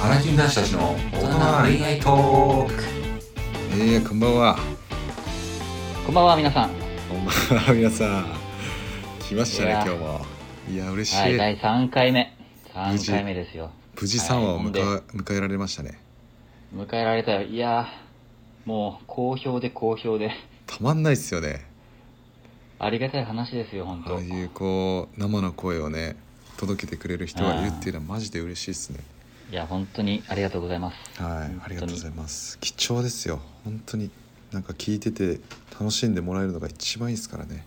原人男子たちの大人恋愛トークえー、こんばんは。こんばんは、皆さん。こんばんは、皆さん。来ましたね、いや今日も。いや、嬉しい。はい、第3回目。3回目ですよ。無事3話をはい迎え,、迎えられましたね。迎えられたよ。いやー、もう、好評で好評で、たまんないっすよね。ありがたい話ですよ、本あ当あいうこう、生の声をね、届けてくれる人がいるっていうのはマジで嬉しいっすね。いや、本当にありがとうございます。はい本、当にありがとうございます。貴重ですよ。本当に。なんか聞いてて楽しんでもらえるのが一番いいですからね。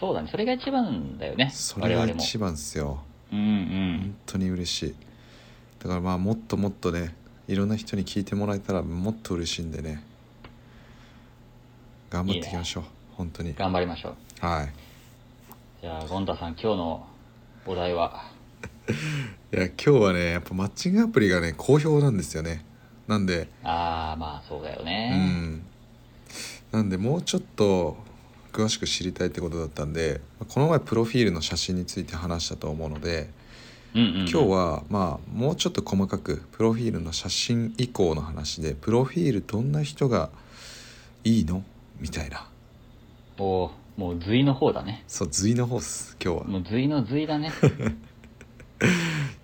そうだね、それが一番だよね。そ我れが々も。一番っすよ。うんうん本。当に嬉しいだからまあもっともっとねいろんな人に聞いてもらえたらもっと嬉しいんでね頑張っていきましょう本当に頑張りましょう。はいじゃあ、ゴンダさん、今日のお題は、いや今日はねやっぱマッチングアプリがね好評なんですよねなんであー、まあ、そうだようね。んなんでもうちょっと詳しく知りたいってことだったんでこの前プロフィールの写真について話したと思うのでうん、うん、今日はまあもうちょっと細かくプロフィールの写真以降の話でプロフィールどんな人がいいのみたいなおーもう、隋の方だね。そう随の方っす今日はもう、隋の隋 だね。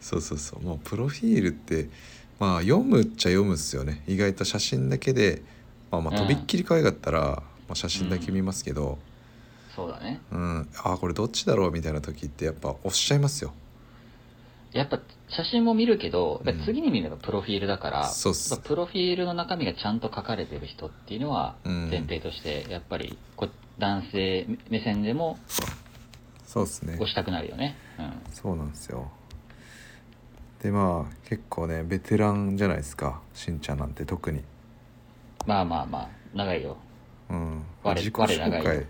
そうそうそうもうプロフィールってまあ読むっちゃ読むっすよね意外と写真だけで、まあ、まあうとんびっきり可愛かったら、まあ、写真だけ見ますけど、そうだね。うんああこれどっちだろうみたいな時ってやっぱおっしゃいますよやっぱ写真も見るけど、うん次に見るのがプロフィールだから、そうっすやっぱプロフィールの中身がちゃんと書かれてる人っていうのは、うん前提として、やっぱりこ男性目線でもそうっすね押したくなるよね。うん。そうなんですよでまあ結構ねベテランじゃないですかしんちゃんなんて特にまあまあまあ、長いよ。うん、我自己我紹長い介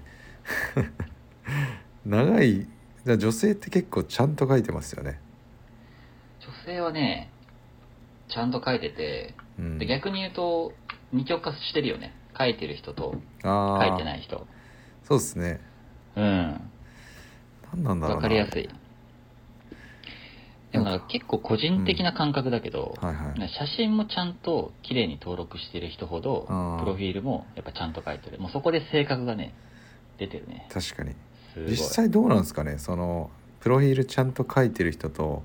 長いじゃあ女性って結構ちゃんと書いてますよね、女性はね、ちゃんと書いてて、うん、で逆に言うと、二極化してるよね。書いてる人とあ書ーいてない人。そうですねうん。何なんだろうわなかりやすい。でもなんか結構個人的な感覚だけど、はいはい、ね写真もちゃんと綺麗に登録してる人ほどあープロフィールもやっぱちゃんと書いてるもうそこで性格がね出てるね確かにすごい実際どうなんですかねそのプロフィールちゃんと書いてる人と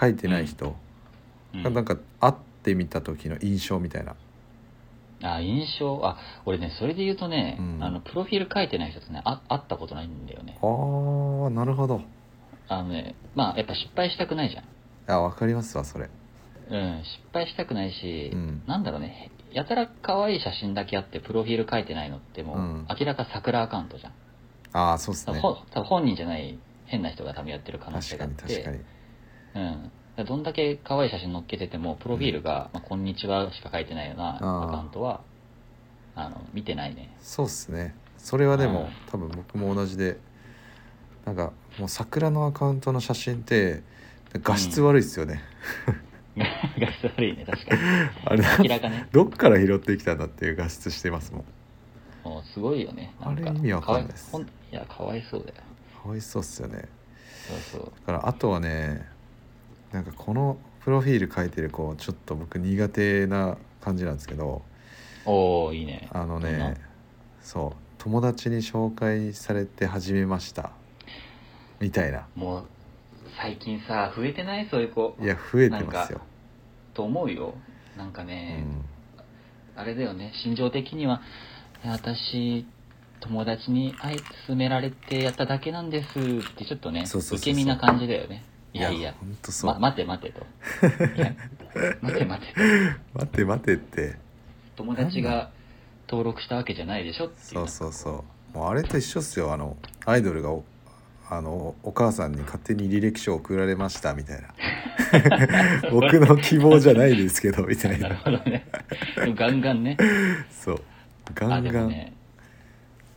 書いてない人うんがなんか会ってみた時の印象みたいな、あ印象あ俺ねそれで言うとね、うんあのプロフィール書いてない人とねあ会ったことないんだよねああなるほどあのねまあやっぱ失敗したくないじゃんあわかりますわそれうん失敗したくないし、うんなんだろうねやたら可愛い写真だけあってプロフィール書いてないのってもう、うん明らか桜アカウントじゃんああそうです多分ねほん多分本人じゃない変な人が多分やってる可能性確がかあっにて確かにうん。どんだけ可愛い写真載っけてても、プロフィールが、まあ、こんにちはしか書いてないようなあーアカウントは、あの、見てないね。 そうっすねそれはでうもん多分僕も同じでなんかもう桜のアカウントの写真って画質悪いっすよね、画質悪いね、確かに。あれ 明らかね。どっから拾ってきたんだっていう画質してますもんもうすごいよね。なんかあれ意味わかんないですかわいほんいや、かわいそうだよ。かわいそうっすよねそうそう。だからあとはねなんかこのプロフィール書いてる子ちょっと僕苦手な感じなんですけどおー、いいね。あのどんなねそう友達に紹介されて始めましたみたいなもう、最近さ、増えてないそういう子。いや増えてますよ、と思うよ。なんかうね、ん、あれだよね、心情的には、いや私、友達にあえて勧められてやっただけなんですって、ちょっとね、そうそうそうそう受け身な感じだよね。いやいや、ほんとそう、ま、待て待てと。 いや待て待てと。待って待ってって友達が登録したわけじゃないでしょっていう。そうそうそうもうあれと一緒っすよあのアイドルがおあのお母さんに勝手に履歴書送られましたみたい な僕の希望じゃないですけどみたいなるなほどね。でもガンガンね。そうガあ、ンでガもン、ね。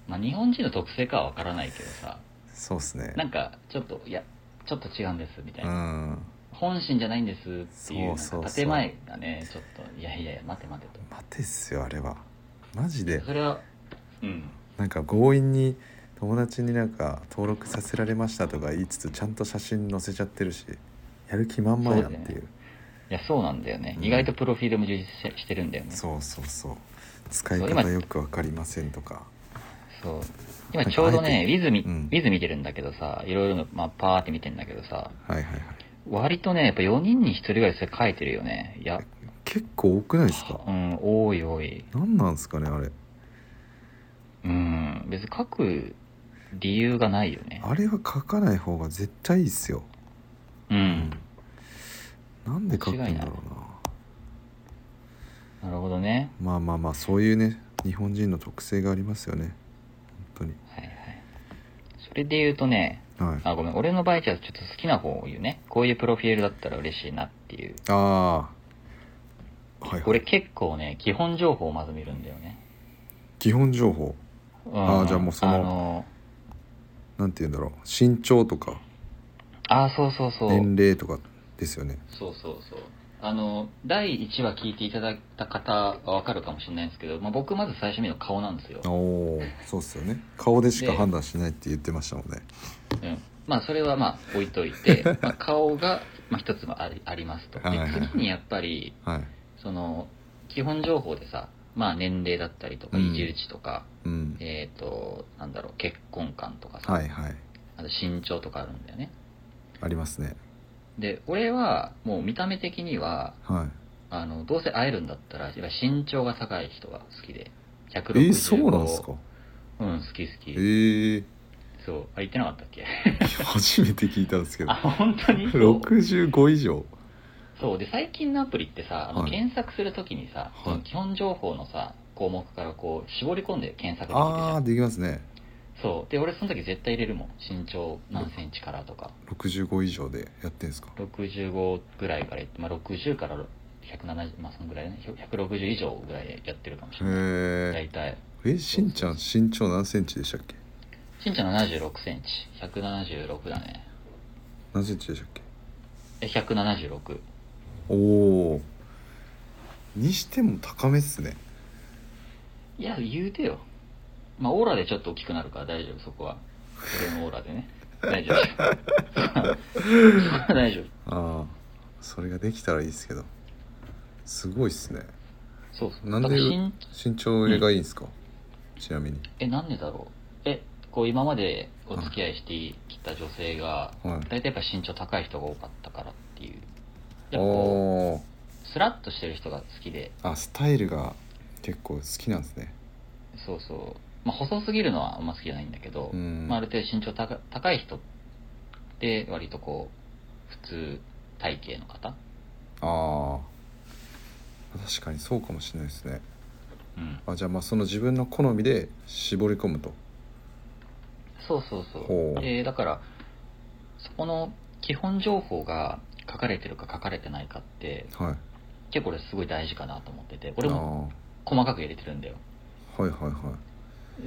まあ、日本人の特性かはわからないけどさ、そうっすねなんか、ちょっと、いや、ちょっと違うんです、みたいうな。ん本心じゃないんですっていうなんそうそうかそう建前がねちょっといやいやいや待て待て待てっすよあれはマジでとそれはうんなんか強引に友達になんか登録させられましたとか言いつつちゃんと写真載せちゃってるしやる気満々やんっていういやそうなんだよね、うん意外とプロフィールも充実してしてるんだよねそうそうそう使いそう今方よく分かりませんとかそう今ちょうなんどかあねえウィズみ、うんウィズ見てるんだけどさいろいろの、まあ、パーって見てんだけどさはいはいはい割とねやっぱ4人に1人ぐらいそれ書いてるよねいや結構多くないですかうん多い多い何なんですかねあれうん別に書く理由がないよねあれは書かない方が絶対いいっすようんなんで書くんだろうな間違いないなるほどねまあまあまあそういうね日本人の特性がありますよね本はいはいそれで言うとね当にはいああごめん俺の場合じゃあちょっと好きな方を言うねこういうプロフィールだったら嬉しいなっていうあーはいは俺い結構ね基本情報をまず見るんだよね基本情報うんあーじゃあもうそのあのなんて言うんだろう身長とかあーそうそうそう年齢とかですよねそうそうそうあの第1話聞いていただいた方は分かるかもしれないんですけど、まあ、僕まず最初見るの顔なんですよ、おおーそうっすよね顔でしかで判断しないって言ってましたもんねうん、まあそれはまあ置いとい て、まあ、顔がまあ一つもありありますとではいはいはい次にやっぱりはいその基本情報でさまあ年齢だったりとかうん移住地とか、うんえっ、となんだろう結婚観とかさ、はいはいあと身長とかあるんだよねありますねで俺はもう見た目的にははいあのどうせ会えるんだったらやっぱ身長が高い人が好きで165えー、そうなんですかうん好き好えき、ー、 そうあ言ってなかったっけ初めて聞いたんですけどあ本 当にそう65以上そうで最近のアプリってさあのはい検索するときにさ、いその基本情報のさ項目からこう絞り込んで検索できるじあゃあんできますねそうで俺その時絶対入れるもん身長何センチからとか65以上でやってんですか65ぐらいからいって、まあ、60から170まあそのぐらいね160以上ぐらいやってるかもしへれないー大体えしんちゃん身長何センチでしたっけ身長7 6センチ176だね何センチでしたっけえ176おおにしても高めっすねいや言うてよまあオーラでちょっと大きくなるから大丈夫そこは俺のオーラでね大丈夫そこは大丈夫ああそれができたらいいですけどすごいっすねそうそうなんでだから身身長入れがいいんですか、ちなみにえなんでだろうえこう今までお付き合いしてきた女性が、はい大体やっぱ身長高い人が多かったからっていうやっぱこおーうスラッとしてる人が好きであスタイルが結構好きなんですねそうそう、まあ、細すぎるのはあんま好きじゃないんだけど、うんまあ、ある程度身長高高い人って割とこう普通体型の方ああ確かにそうかもしれないですねうんあじゃあまあその自分の好みで絞り込むとそうそうほそううでだからそこの基本情報が書かれてるか書かれてないかってはい結構俺すごい大事かなと思っててあ俺も細かく入れてるんだよあーはいはいは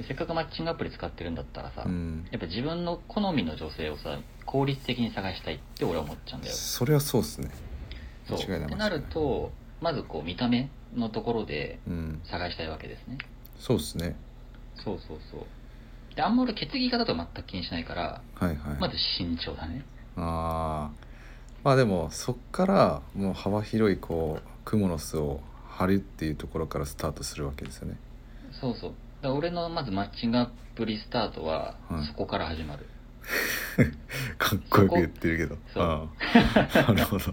せっかくマッチングアプリ使ってるんだったらさ、いうんやっぱ自分の好みの女性をさ効率的に探したいって俺は思っちゃうんだよそれはそうですねそう間違いないってなるとまずこう見た目のところでうん探したいわけですねそうですねそうそうそうであんま俺血液型とは全く気にしないからはいはい、まず身長だねあーまあでもそっからもう幅広いこうクモの巣を張るっていうところからスタートするわけですよねそうそうだから俺のまずマッチングアプリスタートははいそこから始まる、かっこよく言ってるけどそこああ なるほど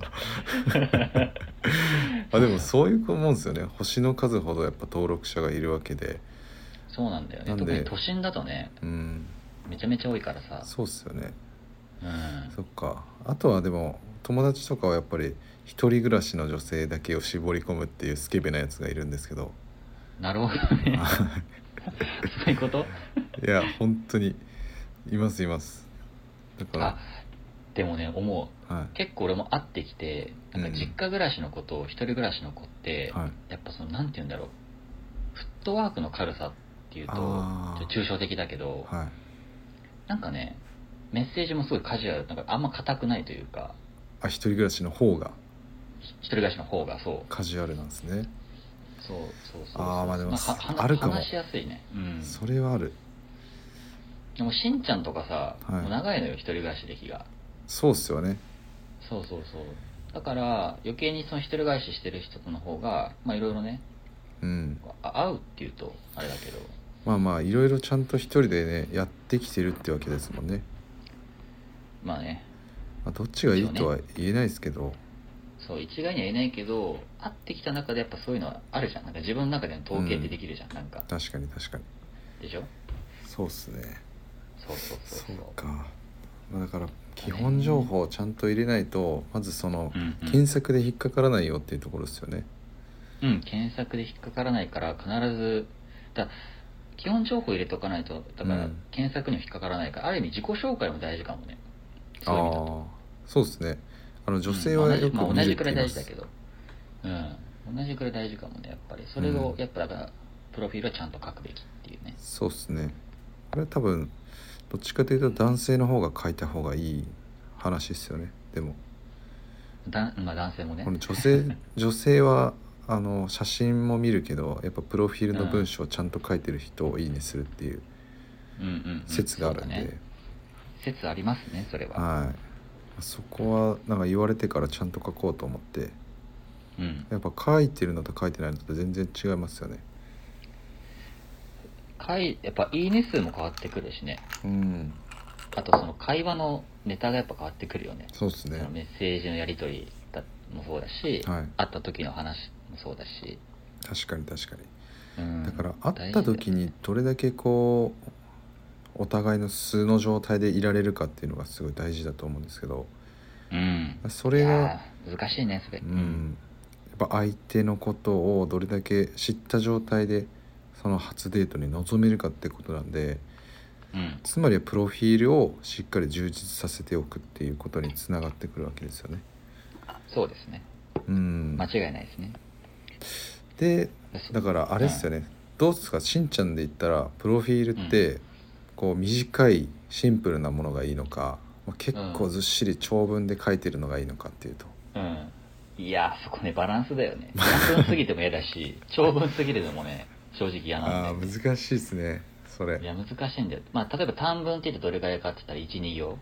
あでもそういうもんですよね星の数ほどやっぱ登録者がいるわけでそうなんだよねなんで特に都心だとねうんめちゃめちゃ多いからさそうっすよねうんそっかあとはでも友達とかはやっぱり一人暮らしの女性だけを絞り込むっていうスケベなやつがいるんですけど なるほどね そういうこといや本当にいますいますだあかでもね思らはう結構俺も会ってきてなんかうん実家暮らしの子と一人暮らしの子ってい、、はい、やっぱそのなんて言うんだろうフットワークの軽さっていうとちょあーっと抽象的だけどはいなんかねメッセージもすごいカジュアルなんかあんま硬くないというかあ一人暮らしの方がひ一人暮らしの方がそうカジュアルなんですね、そうそうそうあーまあでもなんかはあるかも話しやすいねうんそれはあるでもしんちゃんとかさ、はいもう長いのよ一人暮らし歴がそうっすよねそうそうそうだから余計にその一人返ししてる人との方がまあいろいろねうんあ合うっていうとあれだけどまあまあいろいろちゃんと一人でねやってきてるってわけですもんね、まあねまあ、どっちがいいとは言えないですけど、そう一概には言えないけど会ってきた中でやっぱそういうのはあるじゃんなんか自分の中での統計ってできるじゃん、なんか確かに確かにでしょそうっすねそうそうそうそそううか、まあ、だから基本情報をちゃんと入れないとまずそのうんうん検索で引っかからないよっていうところですよねうん、検索で引っかからないから必ずだ基本情報入れとかないとだかうらん検索には引っかからないから、ある意味自己紹介も大事かもねあそあういう意味だとーそうですねあの女性うんはまあよ同じくまあ、見同るじっくてら言いいま大事だすけどうん同じくらい大事かもねやっぱりそれを、うんやっぱだからプロフィールはちゃんと書くべきっていうねそうですねこれは多分どっちかというと男性の方が書いた方がいい話ですよねでもだ、まあ、男性もねこの女 性女性はあの写真も見るけどやっぱプロフィールの文章をちゃんと書いてる人をいいねするっていううんうんうん説があるんで、そうだね説ありますねそれは、はいそこはなんか言われてからちゃんと書こうと思ってうん、やっぱ書いてるのと書いてないのと全然違いますよねかいやっぱいいね数も変わってくるしねうんあとその会話のネタがやっぱ変わってくるよねそうですそのねメッセージのやり取りだもそうだし、はい会った時の話もそうだし、確かに確かにうんだから会った時にどれだけこうお互いの素の状態でいられるかっていうのがすごい大事だと思うんですけどうんそれいがやー難しいねそれうんやっぱ相手のことをどれだけ知った状態でその初デートに臨めるかってことなんでうんつまりはプロフィールをしっかり充実させておくっていうことにつながってくるわけですよね。そうですねうん、間違いないですねでそだからあれですよね、どうですかしんちゃんで言ったらプロフィールってこう短いシンプルなものがいいのか、まあ、結構ずっしり長文で書いてるのがいいのかっていうと、うんいやーそこねバランスだよ ね長文すぎても嫌だし長文すぎるのもね正直嫌あなあんで難しいですねそれいや難しいんだよまあ例えば短文って言ってどれぐらいかって言ったら12行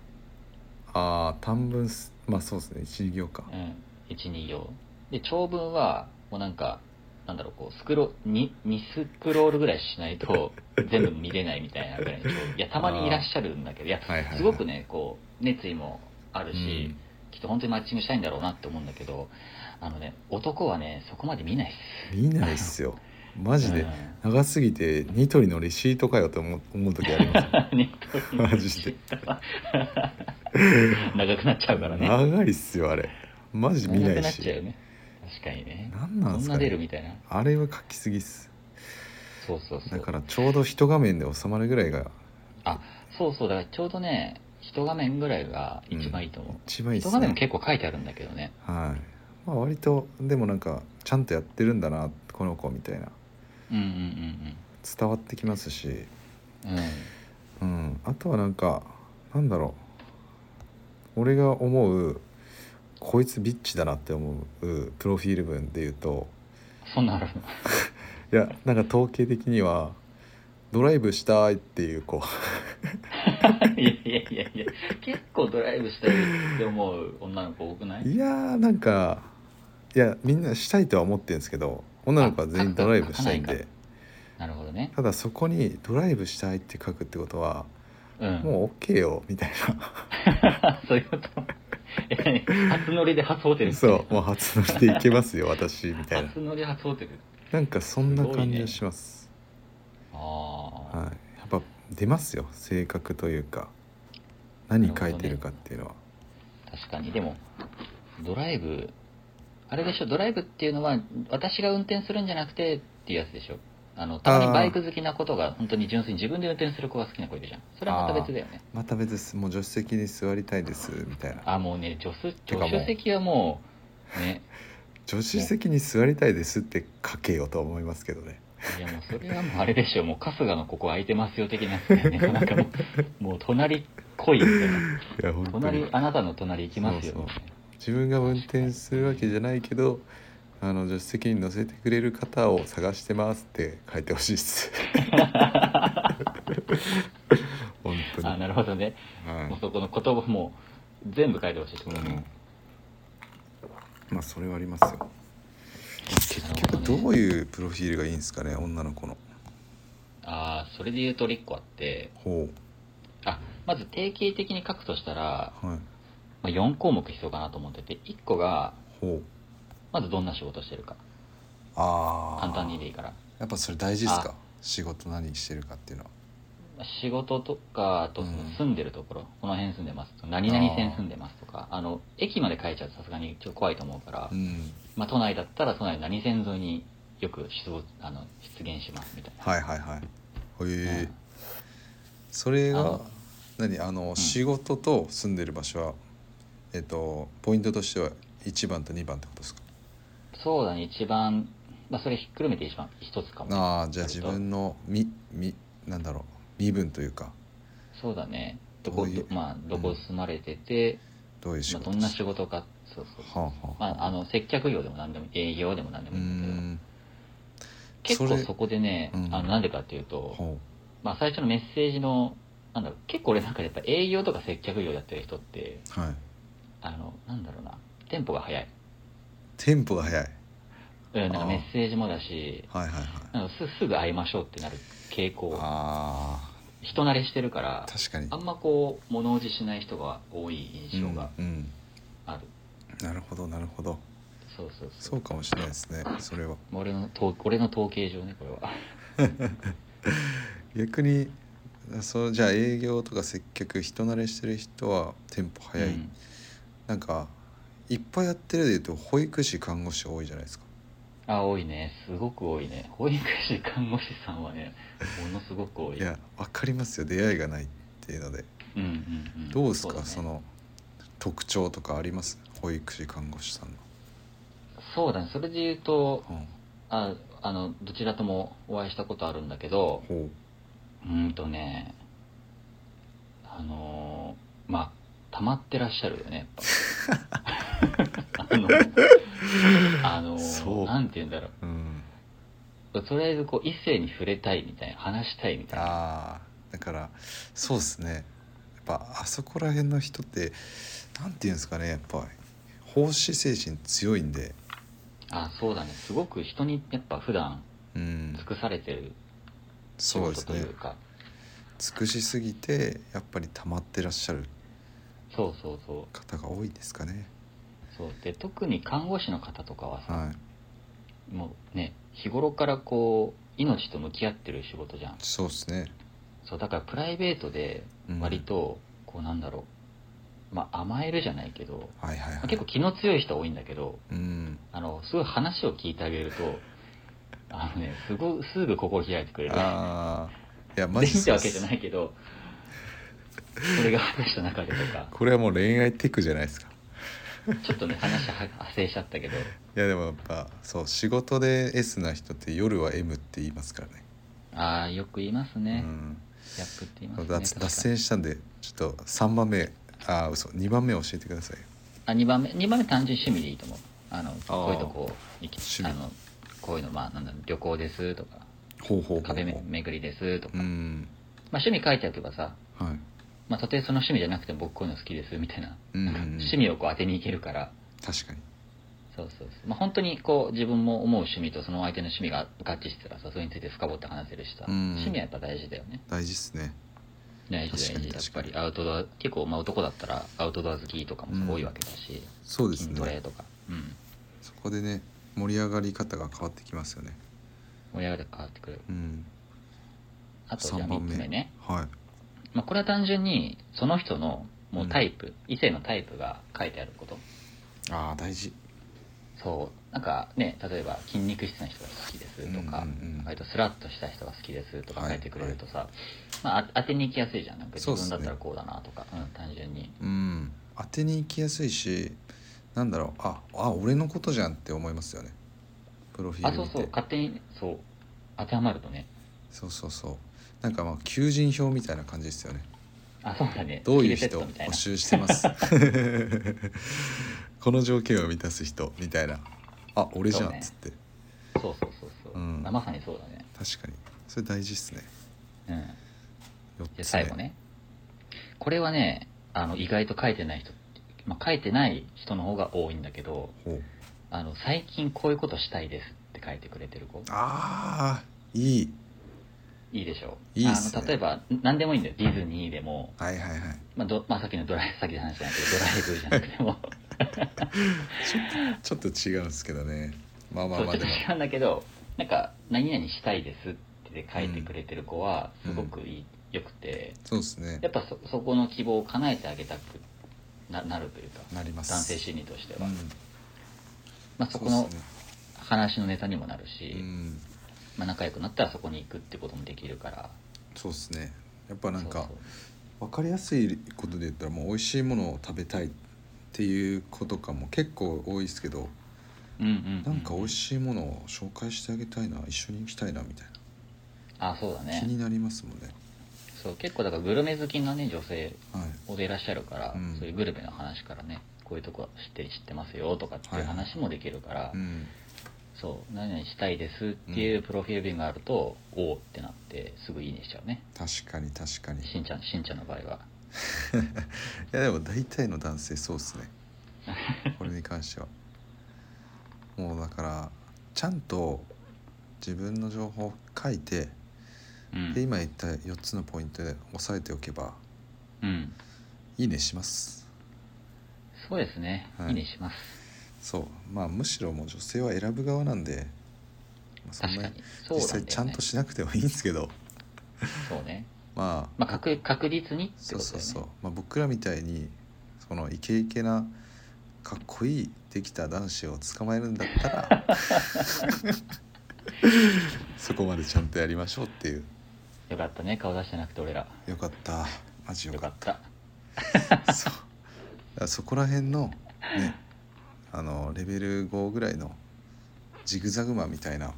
ああ短文すまあそうですね一行かうん12行で長文はもうなんかなんだろうこうスクロに2スクロールぐらいしない と全部見れないみたいなぐらいの長文いやたまにいらっしゃるんだけどいやはいはいはいすごくねこう熱意もあるうし、んきっと本当にマッチングしたいんだろうなって思うんだけどあのね男はねそこまで見ないっす見ないっすよマジでうん長すぎてニトリのレシートかよって思う思う時あり ますネットにマジで 長くなっちゃうから ね長いっすよあれマジ見長なくいなっしちゃうよね確かにねなんなんすそんかなね出るみたいなあれは書きすぎっすそうそうそうだからちょうど一画面で収まるぐらいがあそうそうだからちょうどね一画面ぐらいが一番いいと思う、一番いいっ一す画面もね結構書いてあるんだけどねはいまあ割とでもなんかちゃんとやってるんだなこの子みたいなうんうん伝わってきますし、うんうんうんうん、あとはなんかなんだろう俺が思うこいつビッチだなって思うプロフィール文で言うとそんなのあ るのいやなんか統計的にはドライブしたいっていう子 いやいやいやいや結構ドライブしたいって思う女の子多くないいやーなんかいやみんなしたいとは思ってるんですけど女の子は全員ドライブしたいんあ書かなでいなるほどねただそこに「ドライブしたい」って書くってことはうんうもう OK よみたい そういうことえ初乗りで初ホテルなそうもう初乗りで行けますよ私みたいな初乗り初ホテルなんかそんな感じがしますああ、はい、やっぱ出ますよ性格というか何書いてるかっていうのは、確かにでもドライブあれでしょドライブっていうのは私が運転するんじゃなくてっていうやつでしょあのたまにバイク好きなことが本当に純粋に自分で運転する子が好きな子いるじゃんそれはまた別だよねまた別ですもう助手席に座りたいですみたいなあもうね助手てかもう助手席はもうね助手席に座りたいですって書けよとは思いますけどねいやもうそれはもうあれでしょもう春日のここ空いてますよ的なやつだ よねなんかもうもう隣来いみたいないや本当に隣あなたの隣行きますよそうそう自分が運転するわけじゃないけどあの助手席に乗せてくれる方を探してますって書いてほしいです 本当にあなるほどね、はもういそこの言葉も全部書いてほしいってことね、まあそれはありますよ結局どういうプロフィールがいいんですかね女の子のああそれで言うと1個あってほあまず定型的に書くとしたら、うはいまあ、4項目必要かなと思ってて1個がほうまずどんな仕事してるかああ簡単にでいいからやっぱそれ大事ですあか仕事何してるかっていうのはまあ仕事とかあとうん住んでるところ、この辺住んでますと何々線住んでますとかあの駅まで書いちゃうとさすがにちょっと怖いと思うから、うんまあ、都内だったら都内何線沿いによく出没あの出現しますみたいな、はいはいはいへえ、うんそれあがの何あの、ん仕事と住んでる場所はえっとポイントとしては1番と2番ってことですかそうだね一番、まあ、それひっくるめて一番一つかもああじゃあ自分のみみなんだろう身分というかそうだねどどこういうまあ、どこ住まれてて、どういう仕まあ、事どんな仕事かそうそうはあはあ、まあ、あの接客業でも何でも営業でも何でうーもいいんだけどん結そ構れそこでね、うんあのなんでかっていうと、ほまあ、最初のメッセージのなんだろう結構俺なんかやっぱ営業とか接客業やってる人ってうはいあのなんだろうなテンポが早いテンポが早いうんなんあかーメッセージもだしはいはいはいなんかすすぐ会いましょうってなる傾向あ人慣れしてるからあ確かにあんまこう物おじしない人が多い印象がうんある、うんなるほどなるほどそうそうそそううかもしれないですねそれはもう俺の統俺の統計上ねこれは逆にそうじゃあ営業とか接客人慣れしてる人はテンポ早い、うんなんかいっぱいやってるでいうと保育士看護師多いじゃないですかあ多いねすごく多いね保育士看護師さんはねものすごく多いいや分かりますよ出会いがないっていうのでうんうんうんどうですかだねその特徴とかあります保育士看護師さんの、そうだねそれで言うとうんああのどちらともお会いしたことあるんだけどほうーんとねあのーまあ溜まってらっしゃるよねや っぱあのあのーそうなんて言うんだろう、うん、うとりあえずこう異性に触れたいみたいな話したいみたいなあーだからそうですねやっぱあそこら辺の人ってなんていうんですかねやっぱ奉仕精神強いんであそうだねすごく人にやっぱ普段うん尽くされてる仕そうで事すといねうか尽くしすぎてやっぱり溜まってらっしゃるそう,、そうそうそう方が多いですかねで特に看護師の方とかはさ、はいもうね日頃からこう命と向き合ってる仕事じゃんそうですねそうだからプライベートでうん割とこうなんだろう、まあ甘えるじゃないけど、はいはいまはあい結構気の強い人多いんだけどうんあのすごい話を聞いてあげると あのねすごすぐ心開いてくれるああいやマ でジきそたうわっけじゃすないけどそれが話した中でとかこれはもう恋愛テクじゃないですかちょっとね話は派生しちゃったけどいやでもやっぱそう仕事で S な人って夜は M って言いますからねああよく言いますね、うんやっぱって言いますね脱脱確かに線したんでちょっと3番目あ嘘2番目教えてくださいあ2番目2番目単純趣味でいいと思うあのこういうとこ趣行き味あのこういうのまあなんだろう旅行ですとかほうほうほうほう壁め巡りですとか、うんまあ、趣味書いておけばさ、はいまあ、たとえその趣味じゃなくても僕こういうの好きですみたいな、うんうんうん趣味をこう当てにいけるから確かにそうそうそう、まあ、本当にこう自分も思う趣味とその相手の趣味が合致してたらさそれについて深掘って話せるしさ、うん趣味はやっぱ大事だよね大事っすね大事大確かに事やっぱ確りかアウトドア結構まあ男だったらアウトドア好きとかも多いわけだし、そうです筋ねトレとか、うん、そこでね盛り上がり方が変わってきますよね。盛り上がり変わってくるうん。あとじゃあ3つ目ね、はい。まあ、これは単純にその人のもうタイプ、異性のタイプが書いてあることああ大事。そうなんかね例えば筋肉質な人が好きですとか、うんうんうん割とスラッとした人が好きですとかはい書いてくれるとさ、まあ、あ当てに行きやすいじゃんなんか自そうっすね分だったらこうだなとかう、ん、単純にうん。当てに行きやすいし、なんだろうああ俺のことじゃんって思いますよね。プロフィーあルそ見うて。そう勝手にそう当てはまるとねそうそうそうなんかまあ求人票みたいな感じですよね。あそうだねどういうスキル人セットみたい募な集して ます。この条件を満たす人みたいな。あ俺じゃんそうっねつって、そうそうそうそう、うんあまさにそうだね確かにそれ大事っすね。うん四つじゃあ目最後。ねこれはねあの意外と書いてない人、まあ、書いてない人の方が多いんだけどほうあの、最近こういうことしたいですって書いてくれてる子。ああいいいいでしょう。いいっすねあの、例えば、何でもいいんだよ。ディズニーでも、はいはいはいまあ、ど、まあ、さっきのドライブ、さっきの話じゃないけど、ドライブじゃな くても、ちょっと違うんですけどねまあまそあう、まちょあでっとも違うんだけど、なんか、何々したいですって書いてくれてる子は、うんすごくいい、良くて、そうですねやっぱそ、そこの希望を叶えてあげたくななるというか、なります男性心理としては。うんまあ、そこそうのっすね話のネタにもなるうし、んまあ、仲良くなったらそこに行くってこともできるから。そうですねやっぱなんかそうそう分かりやすいことで言ったらもう美味しいものを食べたいっていう子とかも結構多いですけどうんうんうなんか美味しいものを紹介してあげたいな一緒に行きたいなみたいあそうだな気ねになりますもんねそう結構だからグルメ好きなね女性はい大勢いらっしゃるから、うんそういうグルメの話からねこういうとこ知って知ってますよとかっていうはい話もできるから、うんそう何々したいですっていうプロフィール便があると、おおってなってすぐいいねしちゃうね確かに確かにしんちゃんしんちゃんの場合はいやでも大体の男性そうっすね これに関してはもうだからちゃんと自分の情報を書いて、うんで今言った4つのポイントで押さえておけばうんいいねしますそうですね、はいい、いねしますそうまあむしろもう女性は選ぶ側なんでまあそん確なかににそ実うなんだよ、際ね、ちゃんとしなくてもいいんですけどそうねまあまあ確確実にってそこうとそうだよねそう、まあ、僕らみたいにそのイケイケなかっこいいできた男子を捕まえるんだった らそこまでちゃんとやりましょうっていうよかったね顔出してなくて俺らよかったマジよよかかっったたそうだからそこら辺のねあのレベル5ぐらいのジグザグマみたいな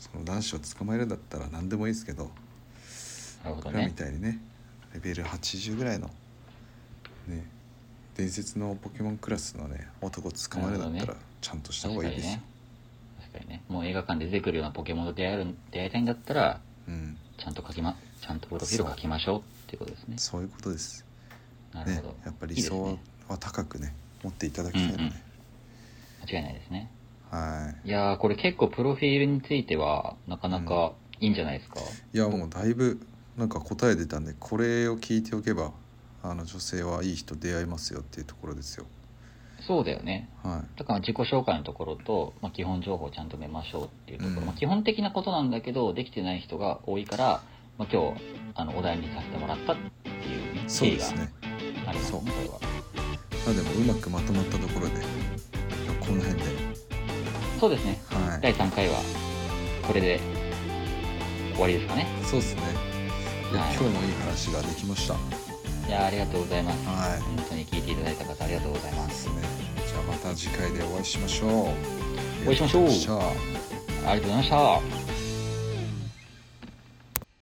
その男子を捕まえるんだったら何でもいいですけどなるほど僕らみねたいにねレベル80ぐらいのね伝説のポケモンクラスのね男捕まえるんだっなたるほらどねちゃんとした方確がかいいにですよ、ね確かにねもう映画館で出てくるようなポケモンと出会える出会いたいんだったらうんちゃんと書きまちゃんとプロフィールを書きましょうっていうことですねそういうことですなるねほどやっぱり理想いはいですね高くね持っていただきたいので、うんうん間違いないですねはいやーこれ結構プロフィールについてはなかなかいいんじゃないですか、いいやもうだいぶなんか答え出たんでこれを聞いておけばあの女性はいい人出会いますよっていうところですよそうだよねはだから自己紹介のところと、まあ、基本情報をちゃんと見ましょうっていうところ、うんまあ、基本的なことなんだけどできてない人が多いから、まあ、今日あのお題にさせてもらったっていう、ねい、、そう経緯でがすねありますそうねこれはまあでもうまくまとまったところで今日この辺でそうですねはい第3回はこれで終わりですかねそうですね。いや、はい今日もいい話ができました。はいやーありがとうございますい。本当に聞いていただいた方ありがとうございそうまですすね。じゃあまた次回でお会いしましょう。お会いしましょうありがとうございまたありがとうございました